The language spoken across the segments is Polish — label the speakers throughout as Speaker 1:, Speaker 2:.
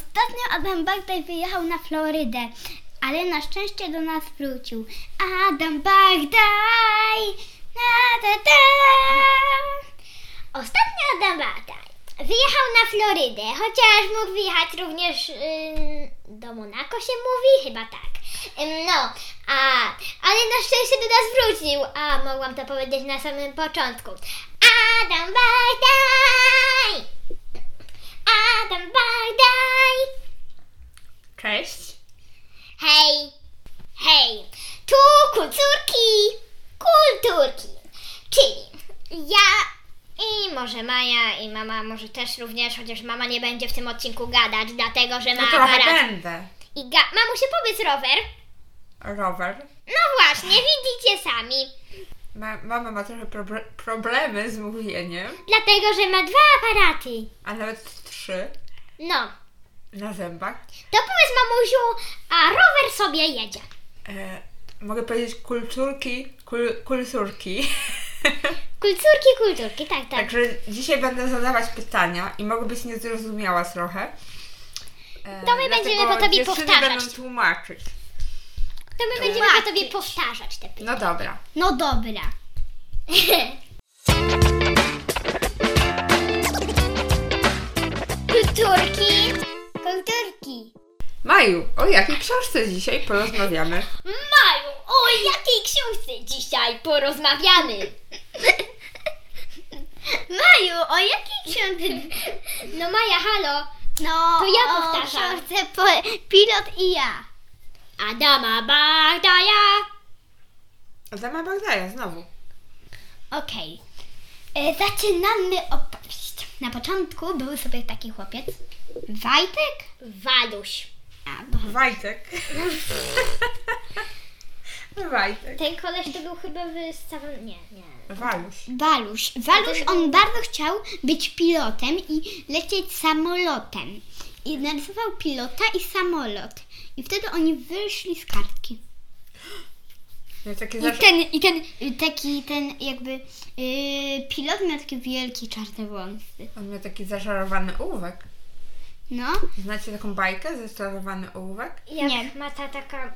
Speaker 1: Ostatnio Adam Bagdaj wyjechał na Florydę, ale na szczęście do nas wrócił. Adam Bagdaj! Na, da, da. Ostatnio Adam Bagdaj wyjechał na Florydę, chociaż mógł wyjechać również ym, do Monako się mówi, chyba tak. Ym, no, a, ale na szczęście do nas wrócił, a mogłam to powiedzieć na samym początku. Adam Bagdaj! Adam Bagdaj!
Speaker 2: Cześć.
Speaker 1: Hej! Hej! Tu kulturki! Kulturki! Czyli ja i może Maja i mama może też również, chociaż mama nie będzie w tym odcinku gadać, dlatego że ma
Speaker 2: No trochę
Speaker 1: aparat.
Speaker 2: będę.
Speaker 1: I ga- Mamusiu, powiedz rower.
Speaker 2: Rower.
Speaker 1: No właśnie, widzicie sami.
Speaker 2: Ma, mama ma trochę proble- problemy z mówieniem,
Speaker 1: Dlatego, że ma dwa aparaty.
Speaker 2: a nawet trzy
Speaker 1: No,
Speaker 2: na zębach.
Speaker 1: to powiedz mamusiu, a rower sobie jedzie.
Speaker 2: E, mogę powiedzieć kulturki, kul, kulturki.
Speaker 1: Kulturki, kulturki, tak, tak.
Speaker 2: Także dzisiaj będę zadawać pytania i mogę być niezrozumiała trochę. E,
Speaker 1: To my będziemy
Speaker 2: dlatego
Speaker 1: po tobie
Speaker 2: dziewczyny
Speaker 1: powtarzać.
Speaker 2: będą tłumaczyć.
Speaker 1: To my będziemy po tobie powtarzać te pytania.
Speaker 2: No dobra.
Speaker 1: No dobra. Kulturki. Kulturki.
Speaker 2: Maju, o jakiej książce dzisiaj porozmawiamy?
Speaker 1: Maju, o jakiej książce dzisiaj porozmawiamy? Maju, o jakiej książce? No Maja, halo. No, to ja
Speaker 3: o
Speaker 1: powtarzam. książce Pilot i ja. Adama Bagdaja.
Speaker 2: Adama Bagdaja, znowu.
Speaker 1: Okej. E, Zaczynamy opowieść. Na początku był sobie taki chłopiec. Wajtek? Waluś. A, bo
Speaker 2: Wajtek. Wajtek.
Speaker 1: ten koleś to był chyba z całym... Nie, nie.
Speaker 2: Waluś.
Speaker 1: Waluś. Waluś, on bardzo chciał być pilotem i lecieć samolotem. I narysował pilota i samolot. I wtedy oni wyszli z kartki.
Speaker 2: Ja takie
Speaker 1: I
Speaker 2: zawsze...
Speaker 1: ten, i ten, y, taki, ten jakby y, pilot miał takie wielkie czarne wąsy.
Speaker 2: On miał taki zażarowany ołówek.
Speaker 1: No,
Speaker 2: Znacie taką bajkę? Zażarowany ołówek?
Speaker 3: Jak
Speaker 1: Nie.
Speaker 3: ma ta taka...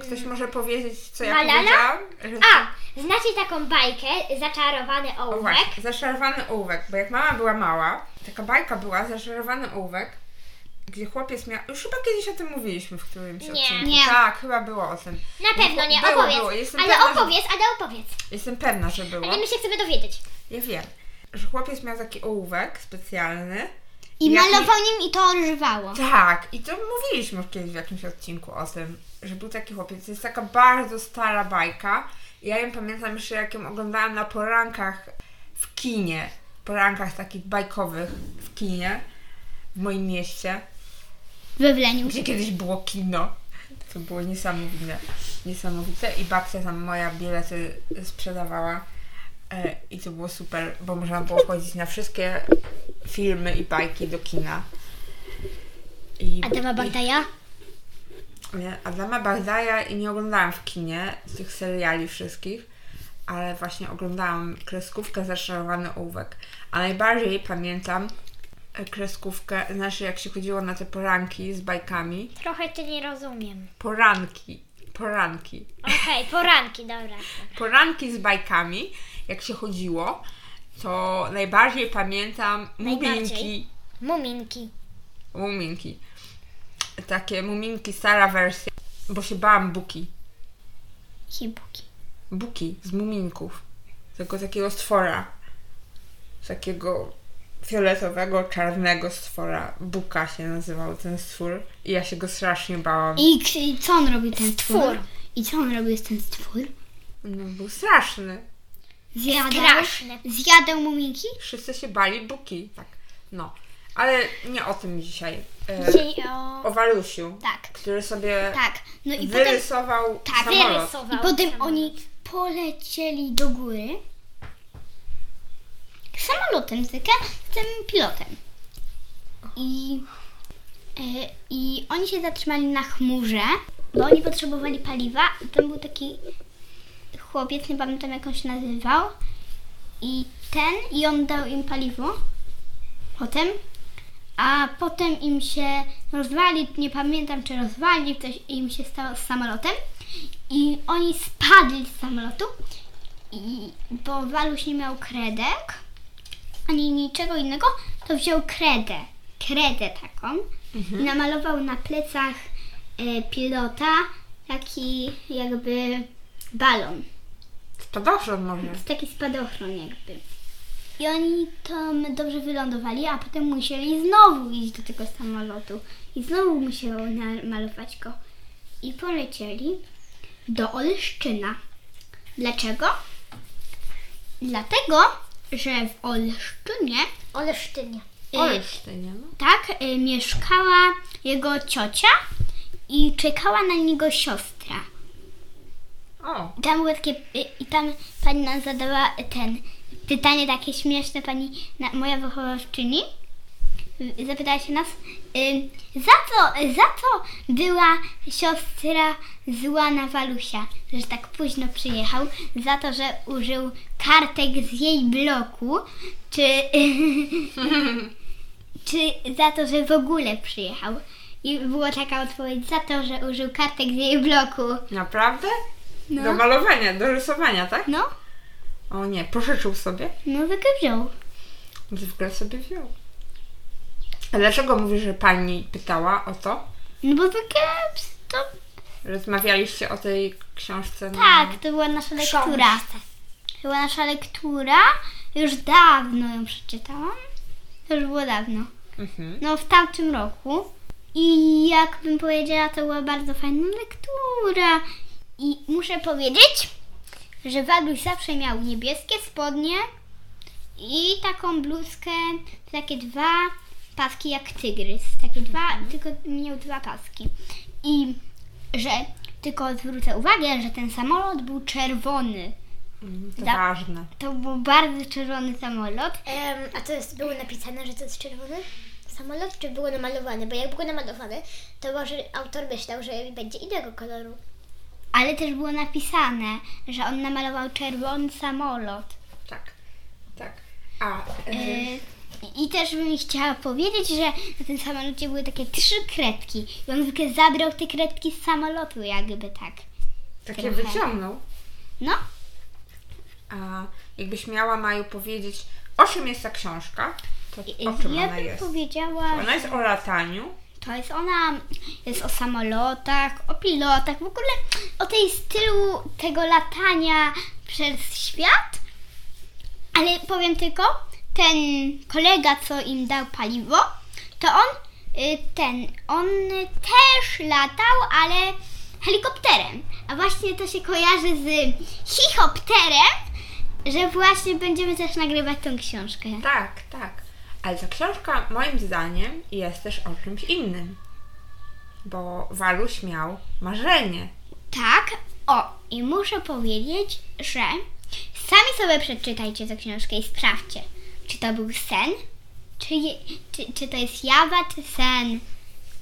Speaker 2: Ktoś
Speaker 3: Mm.
Speaker 2: może powiedzieć, co ja
Speaker 3: Malala?
Speaker 2: powiedziałam? Że...
Speaker 3: A! Znacie taką bajkę Zaczarowany
Speaker 2: O
Speaker 3: ołówek?
Speaker 2: właśnie, zażarowany ołówek. Bo jak mama była mała, taka bajka była, zażarowany ołówek, gdzie chłopiec miał... Już chyba kiedyś o tym mówiliśmy w którymś
Speaker 3: Nie.
Speaker 2: odcinku.
Speaker 1: Nie.
Speaker 2: Tak, chyba było o tym.
Speaker 3: Na pewno nie,
Speaker 2: No Było,
Speaker 3: opowiedz.
Speaker 2: było, jestem
Speaker 3: ale
Speaker 2: pewna, że- No.
Speaker 3: opowiedz, ale opowiedz.
Speaker 2: Jestem pewna, że było.
Speaker 3: Ale my się chcemy dowiedzieć.
Speaker 2: Ja wiem, że chłopiec miał taki ołówek specjalny.
Speaker 1: I
Speaker 2: Jaki-
Speaker 1: malował nim i to rwało.
Speaker 2: Tak, i to mówiliśmy już kiedyś w jakimś odcinku o tym, że był taki chłopiec. To jest taka bardzo stara bajka. Ja ją pamiętam jeszcze, jak ją oglądałam na porankach w kinie. Porankach takich bajkowych w kinie w moim mieście,
Speaker 1: We Wleniu.
Speaker 2: gdzie kiedyś było kino. To było niesamowite. Niesamowite. I babcia tam moja bilety sprzedawała. E, I to było super, bo można było chodzić na wszystkie filmy i bajki do kina. I,
Speaker 1: Adama
Speaker 2: i-
Speaker 1: Bagdaja?
Speaker 2: nie, Adama Bagdaja i nie oglądałam w kinie tych seriali wszystkich, ale właśnie oglądałam kreskówkę Zaczarowany Ołówek. A najbardziej pamiętam e, kreskówkę, znaczy jak się chodziło na te poranki z bajkami.
Speaker 3: Trochę cię nie rozumiem.
Speaker 2: Poranki, poranki.
Speaker 3: Okej, poranki, dobra.
Speaker 2: Poranki z bajkami, jak się chodziło, to najbardziej pamiętam
Speaker 3: Najbardziej?
Speaker 2: muminki,
Speaker 3: Muminki.
Speaker 2: muminki. Takie muminki, stara wersja, bo się bałam buki.
Speaker 1: Hibuki.
Speaker 2: buki z muminków. Tego takiego stwora. Takiego fioletowego, czarnego stwora. Buka się nazywał ten stwór. I ja się go strasznie bałam.
Speaker 1: I k- i co on robił ten stwór?
Speaker 3: Stwór.
Speaker 1: I co on robił ten stwór?
Speaker 2: No, był straszny.
Speaker 1: Zjadał,
Speaker 3: Straszny.
Speaker 1: zjadał muminki?
Speaker 2: Wszyscy się bali buki. Tak. No. Ale nie o tym dzisiaj. E,
Speaker 3: Dzień o...
Speaker 2: o Walusiu.
Speaker 1: Tak.
Speaker 2: Który sobie
Speaker 1: Tak. No i potem,
Speaker 2: wyrysował
Speaker 1: Tak,
Speaker 2: samolot.
Speaker 3: Wyrysował.
Speaker 1: i potem
Speaker 3: samolot.
Speaker 1: oni polecieli do góry samolotem zyka z tym pilotem. I, e, I oni się zatrzymali na chmurze, bo oni potrzebowali paliwa. I tam był taki chłopiec, nie pamiętam jak on się nazywał. I ten, i on dał im paliwo. Potem,
Speaker 4: a potem im się rozwali, nie pamiętam czy rozwali, coś im się stało z samolotem i oni spadli z samolotu, i, bo Waluś nie miał kredek, ani niczego innego, to wziął kredę, kredę taką i namalował na plecach e, pilota taki jakby balon
Speaker 2: To dobrze może.
Speaker 4: jest taki spadochron jakby. I oni tam dobrze wylądowali, a potem musieli znowu iść do tego samolotu. I znowu musiało namalować go. I polecieli do Olsztyna. Dlaczego? Dlatego, że w Olsztynie
Speaker 1: Olsztynie.
Speaker 2: Olsztynie, no.
Speaker 4: tak, y, mieszkała jego ciocia i czekała na niego siostra.
Speaker 2: O,
Speaker 4: Tam było takie, y, i tam pani nam zadała ten pytanie takie śmieszne, pani, na, moja wychowawczyni. Y, Zapytała się nas, y, za co, za co była siostra zła na Walusia, że tak późno przyjechał, za to, że użył kartek z jej bloku, czy, czy za to, że w ogóle przyjechał. I była taka odpowiedź, za to, że użył kartek z jej bloku.
Speaker 2: naprawdę?
Speaker 4: No.
Speaker 2: Do malowania, do rysowania, tak?
Speaker 4: No,
Speaker 2: O nie, pożyczył sobie?
Speaker 4: no wygrywał.
Speaker 2: Zwykle sobie wziął. A dlaczego mówisz, że pani pytała o to?
Speaker 4: No bo takie to
Speaker 2: Rozmawialiście o tej książce? na-
Speaker 4: tak, to była nasza lektura. To była nasza lektura. Już dawno ją przeczytałam. To już było dawno.
Speaker 2: Mhm.
Speaker 4: No w tamtym roku. I jakbym powiedziała, to była bardzo fajna lektura. I muszę powiedzieć, że Waluś zawsze miał niebieskie spodnie i taką bluzkę, takie dwa paski jak tygrys. Takie dwa, tylko miał dwa paski. I że tylko zwrócę uwagę, że ten samolot był czerwony.
Speaker 2: Mm, To
Speaker 4: Da-
Speaker 2: ważne.
Speaker 4: To był bardzo czerwony samolot.
Speaker 1: Em, a to jest, było napisane, że to jest czerwony samolot, czy było namalowane? Bo jak było namalowane, to może autor myślał, że będzie innego koloru.
Speaker 4: Ale też było napisane, że on namalował czerwony samolot.
Speaker 2: Tak, tak. A, e,
Speaker 4: Y, I też bym chciała powiedzieć, że na tym samolocie były takie trzy kredki. I on zwykle zabrał te kredki z samolotu, jakby tak.
Speaker 2: takie
Speaker 4: trochę.
Speaker 2: wyciągnął.
Speaker 4: No,
Speaker 2: A jakbyś miała Maju powiedzieć, o czym jest ta książka, to
Speaker 4: y,
Speaker 2: o czym
Speaker 4: ja
Speaker 2: ona
Speaker 4: bym
Speaker 2: jest?
Speaker 4: powiedziała,
Speaker 2: Ona jest o lataniu.
Speaker 4: To jest ona, jest o samolotach, o pilotach, w ogóle o tej stylu tego latania przez świat. Ale powiem tylko, ten kolega, co im dał paliwo, to on, y, ten, on też latał, ale helikopterem. A właśnie to się kojarzy z chichopterem, że właśnie będziemy też nagrywać tą książkę.
Speaker 2: Tak, tak. Ale ta książka moim zdaniem jest też o czymś innym. Bo Waluś miał marzenie.
Speaker 4: Tak, o, i muszę powiedzieć, że sami sobie przeczytajcie tę książkę i sprawdźcie, czy to był sen, czy, je, czy, czy to jest jawa, czy sen.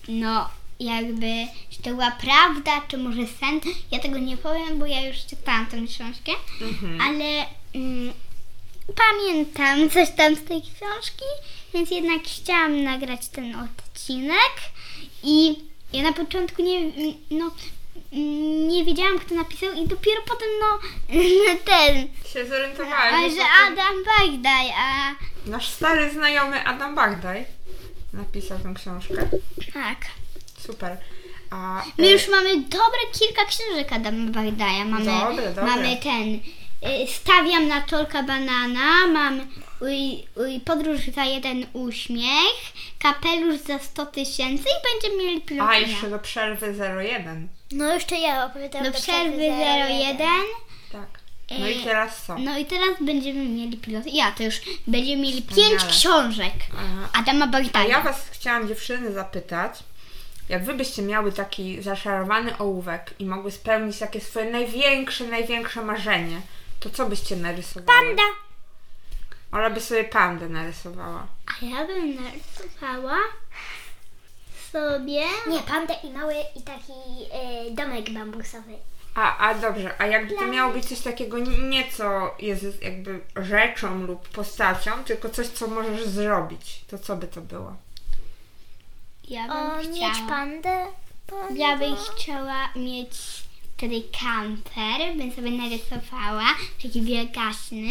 Speaker 4: No, jakby, czy to była prawda, czy może sen. Ja tego nie powiem, bo ja już czytałam tę książkę,
Speaker 1: Mhm.
Speaker 4: ale mm, pamiętam coś tam z tej książki, więc jednak chciałam nagrać ten odcinek i ja na początku nie, mm, no, mm, nie wiedziałam, kto napisał i dopiero potem, no, ten,
Speaker 2: Się zorientowałem.
Speaker 4: ale że Adam Bagdaj, a
Speaker 2: Nasz stary znajomy Adam Bagdaj napisał tę książkę.
Speaker 4: tak.
Speaker 2: Super. A
Speaker 4: My
Speaker 2: e,
Speaker 4: już mamy dobre kilka książek Adama Bagdaja. Mamy,
Speaker 2: Dobre, dobre.
Speaker 4: mamy ten. y, Stawiam na tolka banana, mam uj, uj, podróż za jeden uśmiech, kapelusz za 100 tysięcy i będziemy mieli
Speaker 2: A,
Speaker 4: pilotę.
Speaker 2: jeszcze do przerwy 01.
Speaker 1: No jeszcze ja opowiadałam
Speaker 4: Do
Speaker 1: do
Speaker 4: przerwy 01.
Speaker 1: 01.
Speaker 2: Tak. No i
Speaker 4: E,
Speaker 2: teraz są.
Speaker 4: No i teraz będziemy mieli pilot. Ja to już będziemy mieli pięć
Speaker 2: Wspaniale.
Speaker 4: książek
Speaker 2: A,
Speaker 4: Adama
Speaker 2: a ja
Speaker 4: Bagdaja.
Speaker 2: was chciałam dziewczyny zapytać, jak wy byście miały taki zaszarowany ołówek i mogły spełnić takie swoje największe, największe marzenie, to co byście narysowały? Panda! Ola by sobie pandę narysowała.
Speaker 4: A ja bym narysowała sobie.
Speaker 1: Nie, pandę i mały i taki e, domek bambusowy.
Speaker 2: A, a dobrze, a jakby to miało być coś takiego n- nie co jest jakby rzeczą lub postacią, tylko coś, co możesz zrobić, to co by to było?
Speaker 4: Ja bym
Speaker 1: O,
Speaker 4: chciała.
Speaker 1: mieć pandę? Pan-
Speaker 4: Ja bym chciała mieć wtedy kamper, bym sobie narysowała, taki wielgaśny.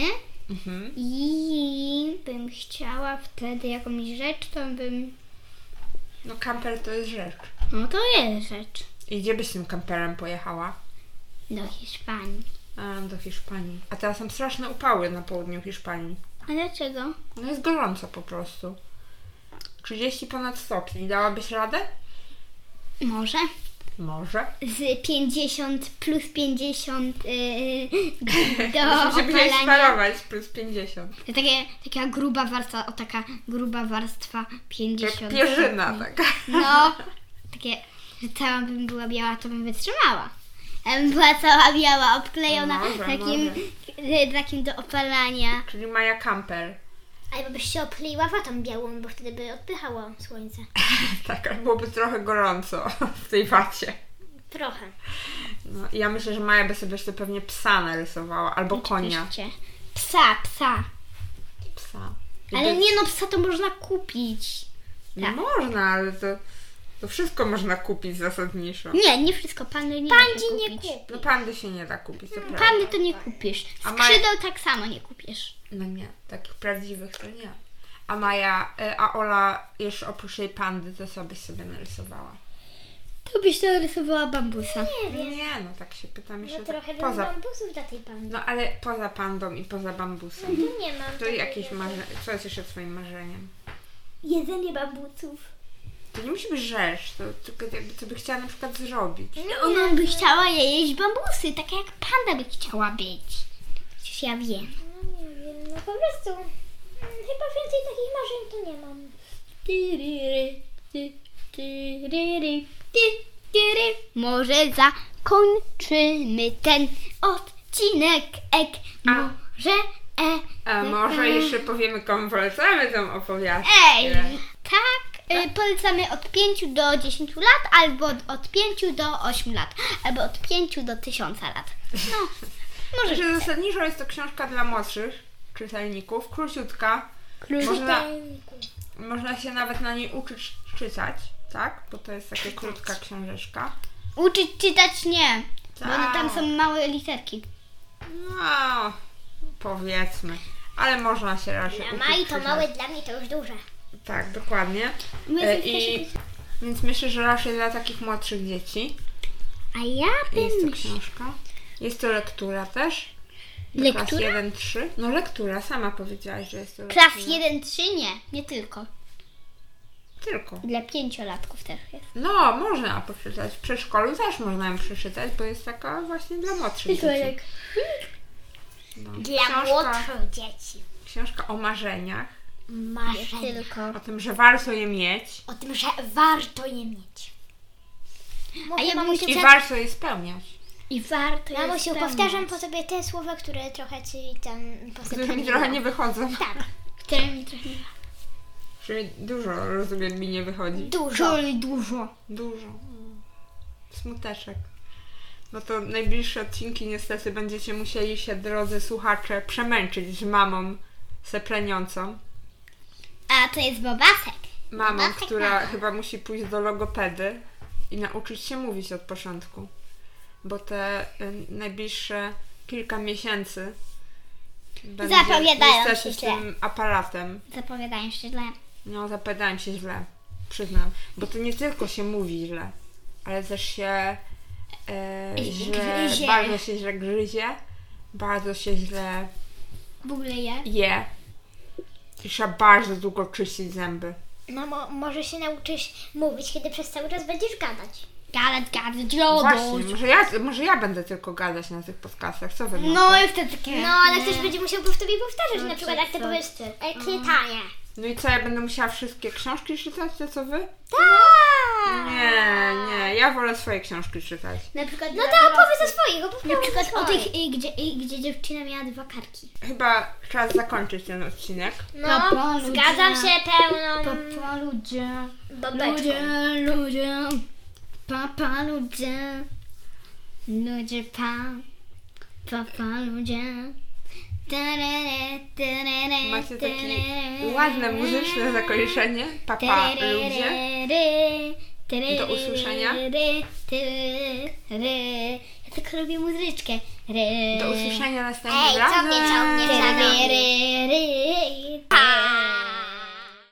Speaker 2: Mhm.
Speaker 4: I bym chciała wtedy jakąś rzecz, to bym...
Speaker 2: No kamper to jest rzecz.
Speaker 4: No to jest rzecz.
Speaker 2: I gdzie byś tym kamperem pojechała?
Speaker 4: Do Hiszpanii.
Speaker 2: A, do Hiszpanii. A teraz są straszne upały na południu Hiszpanii.
Speaker 4: A dlaczego?
Speaker 2: No jest gorąco po prostu. 30 ponad stopni. Dałabyś radę?
Speaker 4: Może.
Speaker 2: Może.
Speaker 4: Z 50 plus 50 yy, do
Speaker 2: Musimy się gdzieś
Speaker 4: opalania.
Speaker 2: sparować plus 50.
Speaker 4: To takie, taka gruba warstwa, o taka gruba warstwa 50.
Speaker 2: Jak pierzyna taka.
Speaker 4: No, takie, że cała bym była biała, to bym wytrzymała. Ja bym była cała biała, obklejona
Speaker 2: Może,
Speaker 4: takim, y, takim do opalania.
Speaker 2: Czyli Maja Kamper.
Speaker 1: Albo byś się opleiła watą białą, bo wtedy by odpychało słońce.
Speaker 2: Tak, ale byłoby trochę gorąco w tej wacie.
Speaker 1: Trochę.
Speaker 2: No, i ja myślę, że Maja by sobie jeszcze pewnie psa narysowała, albo konia.
Speaker 4: Oczywiście. Psa, psa.
Speaker 2: Psa. I
Speaker 4: Ale
Speaker 2: by-
Speaker 4: nie no, psa to można kupić. tak.
Speaker 2: Można, ale to, to wszystko można kupić zasadniczo.
Speaker 4: Nie, nie wszystko, panny nie da się
Speaker 1: Pandzi nie
Speaker 4: kupić.
Speaker 1: kupi.
Speaker 2: No pandy się nie da kupić, to prawda.
Speaker 4: Panny to nie kupisz.
Speaker 2: A ma-
Speaker 4: Skrzydeł tak samo nie kupisz.
Speaker 2: No nie, takich prawdziwych to nie. A Maja, y, a Ola jeszcze oprócz jej pandy, to co byś sobie narysowała?
Speaker 4: To byś narysowała bambusa.
Speaker 1: Nie wiem.
Speaker 2: Nie, no tak się pytam jeszcze
Speaker 1: No
Speaker 2: tak
Speaker 1: trochę bym
Speaker 2: poza...
Speaker 1: bambusów dla tej pandy.
Speaker 2: No ale poza pandą i poza bambusem.
Speaker 1: Tu nie mam.
Speaker 2: To
Speaker 1: takiej
Speaker 2: jakieś
Speaker 1: rzeczy.
Speaker 2: marze... Co jest jeszcze twoim marzeniem?
Speaker 1: Jedzenie bambusów.
Speaker 2: To nie musi być rzecz, to tylko jakby co by chciała na przykład zrobić.
Speaker 4: No, Ona by chciała jeść bambusy, tak jak panda by chciała być. Przecież ja wiem.
Speaker 1: No nie wiem, no po prostu. mm, Chyba więcej takich marzeń to nie mam.
Speaker 4: Może zakończymy ten odcinek. Ek,
Speaker 2: A.
Speaker 4: może e,
Speaker 2: A może jeszcze powiemy, komu polecamy tą opowiastkę.
Speaker 4: Ej, tak. y, Polecamy od 5 do 10 lat, albo od 5 do 8 lat, albo od 5 do 1000 lat. No, może
Speaker 2: Że zasadniczo jest to książka dla młodszych czytelników, króciutka. Można, można się nawet na niej uczyć czytać, tak? Bo to jest taka krótka książeczka.
Speaker 4: uczyć czytać nie, bo one tam
Speaker 2: Tak.
Speaker 4: są małe literki.
Speaker 2: No, powiedzmy. Ale można się raczej
Speaker 1: Dla
Speaker 2: uczyć
Speaker 1: Mai to
Speaker 2: czytać.
Speaker 1: małe, dla mnie to już duże.
Speaker 2: Tak, dokładnie.
Speaker 4: My
Speaker 2: E,
Speaker 4: jesteśmy
Speaker 2: I,
Speaker 4: się-
Speaker 2: więc myślę, że raczej dla takich młodszych dzieci
Speaker 4: A ja
Speaker 2: jest to
Speaker 4: bym...
Speaker 2: książka. Jest to lektura też. Do Klas
Speaker 4: Lektura?
Speaker 2: 1-3. No lektura, sama powiedziałaś, że jest to lektura.
Speaker 4: Klas 1-3 nie, nie tylko.
Speaker 2: Tylko.
Speaker 4: Dla pięciolatków też jest.
Speaker 2: No, można poczytać. W przedszkolu też można ją przeczytać, bo jest taka właśnie dla młodszych dzieci. No.
Speaker 1: Dla
Speaker 2: Książka,
Speaker 1: młodszych dzieci.
Speaker 2: książka o marzeniach,
Speaker 1: Marzeń.
Speaker 4: Tylko.
Speaker 2: o tym, że warto je mieć
Speaker 1: O tym, że warto je mieć.
Speaker 4: A ja bym
Speaker 2: i
Speaker 4: chciała...
Speaker 2: warto je spełniać.
Speaker 4: I warto je
Speaker 1: Mamusiu,
Speaker 4: spełnić.
Speaker 1: powtarzam po sobie te słowa, które trochę ci tam
Speaker 2: Które mi
Speaker 1: posypaliło.
Speaker 2: trochę nie wychodzą.
Speaker 1: Tak,
Speaker 4: Które mi trochę...
Speaker 2: Czyli dużo, rozumiem, mi nie wychodzi.
Speaker 1: dużo.
Speaker 4: Żoli dużo.
Speaker 2: Dużo. Mm. Smuteczek. No to najbliższe odcinki niestety będziecie musieli się, drodzy słuchacze, przemęczyć z mamą sepleniącą.
Speaker 4: A to jest bobasek.
Speaker 2: Mamą,
Speaker 4: Mama tak
Speaker 2: która
Speaker 4: mama.
Speaker 2: chyba musi pójść do logopedy i nauczyć się mówić od początku. Bo te y, najbliższe kilka miesięcy będzie
Speaker 4: Zapowiadają
Speaker 2: niestety
Speaker 4: się
Speaker 2: z tym aparatem.
Speaker 4: Zapowiadają się źle.
Speaker 2: No, zapowiadałem się źle, przyznam. Bo to nie tylko się mówi źle, ale też się e, źle,
Speaker 4: Gryzie.
Speaker 2: bardzo się źle gryzie, bardzo się źle
Speaker 4: W ogóle ja.
Speaker 2: je. I trzeba bardzo długo czyścić zęby.
Speaker 1: No mo- może się nauczysz mówić, kiedy przez cały czas będziesz gadać.
Speaker 4: Gadać, gadać,
Speaker 2: Właśnie,
Speaker 4: gadać.
Speaker 2: może ja, może ja będę tylko gadać na tych podcastach, co wy no.
Speaker 4: No i wtedy takie...
Speaker 1: No, ale ktoś będzie musiał po tobie powtarzać, na przykład jak ty
Speaker 4: No, co,
Speaker 1: powiesz e, kwietanie.
Speaker 2: no i co, ja będę musiała wszystkie książki czytać, to co wy?
Speaker 4: No.
Speaker 1: Tak!
Speaker 2: Nie, nie, ja wolę swoje książki czytać.
Speaker 4: Na przykład...
Speaker 1: No to opowiedz o swoich, opowiedz
Speaker 4: Na przykład o
Speaker 1: swoich.
Speaker 4: tych, y, gdzie, y, gdzie dziewczyna miała dwa karki.
Speaker 2: Chyba czas zakończyć ten odcinek.
Speaker 1: No,
Speaker 4: Papa,
Speaker 1: zgadzam
Speaker 4: ludzie.
Speaker 1: się pełną
Speaker 4: ludzie,
Speaker 1: babeczką.
Speaker 4: ludzie, papa ludzie, ludzie pa, papa ludzie,
Speaker 2: Macie takie ładne muzyczne zakończenie. Papa, ludzie.
Speaker 4: ludzie.
Speaker 2: Do usłyszenia.
Speaker 4: Ja tylko lubię muzyczkę.
Speaker 2: Do usłyszenia następnym
Speaker 1: Ej, co
Speaker 2: razem.
Speaker 1: mnie ciągnie za nogi?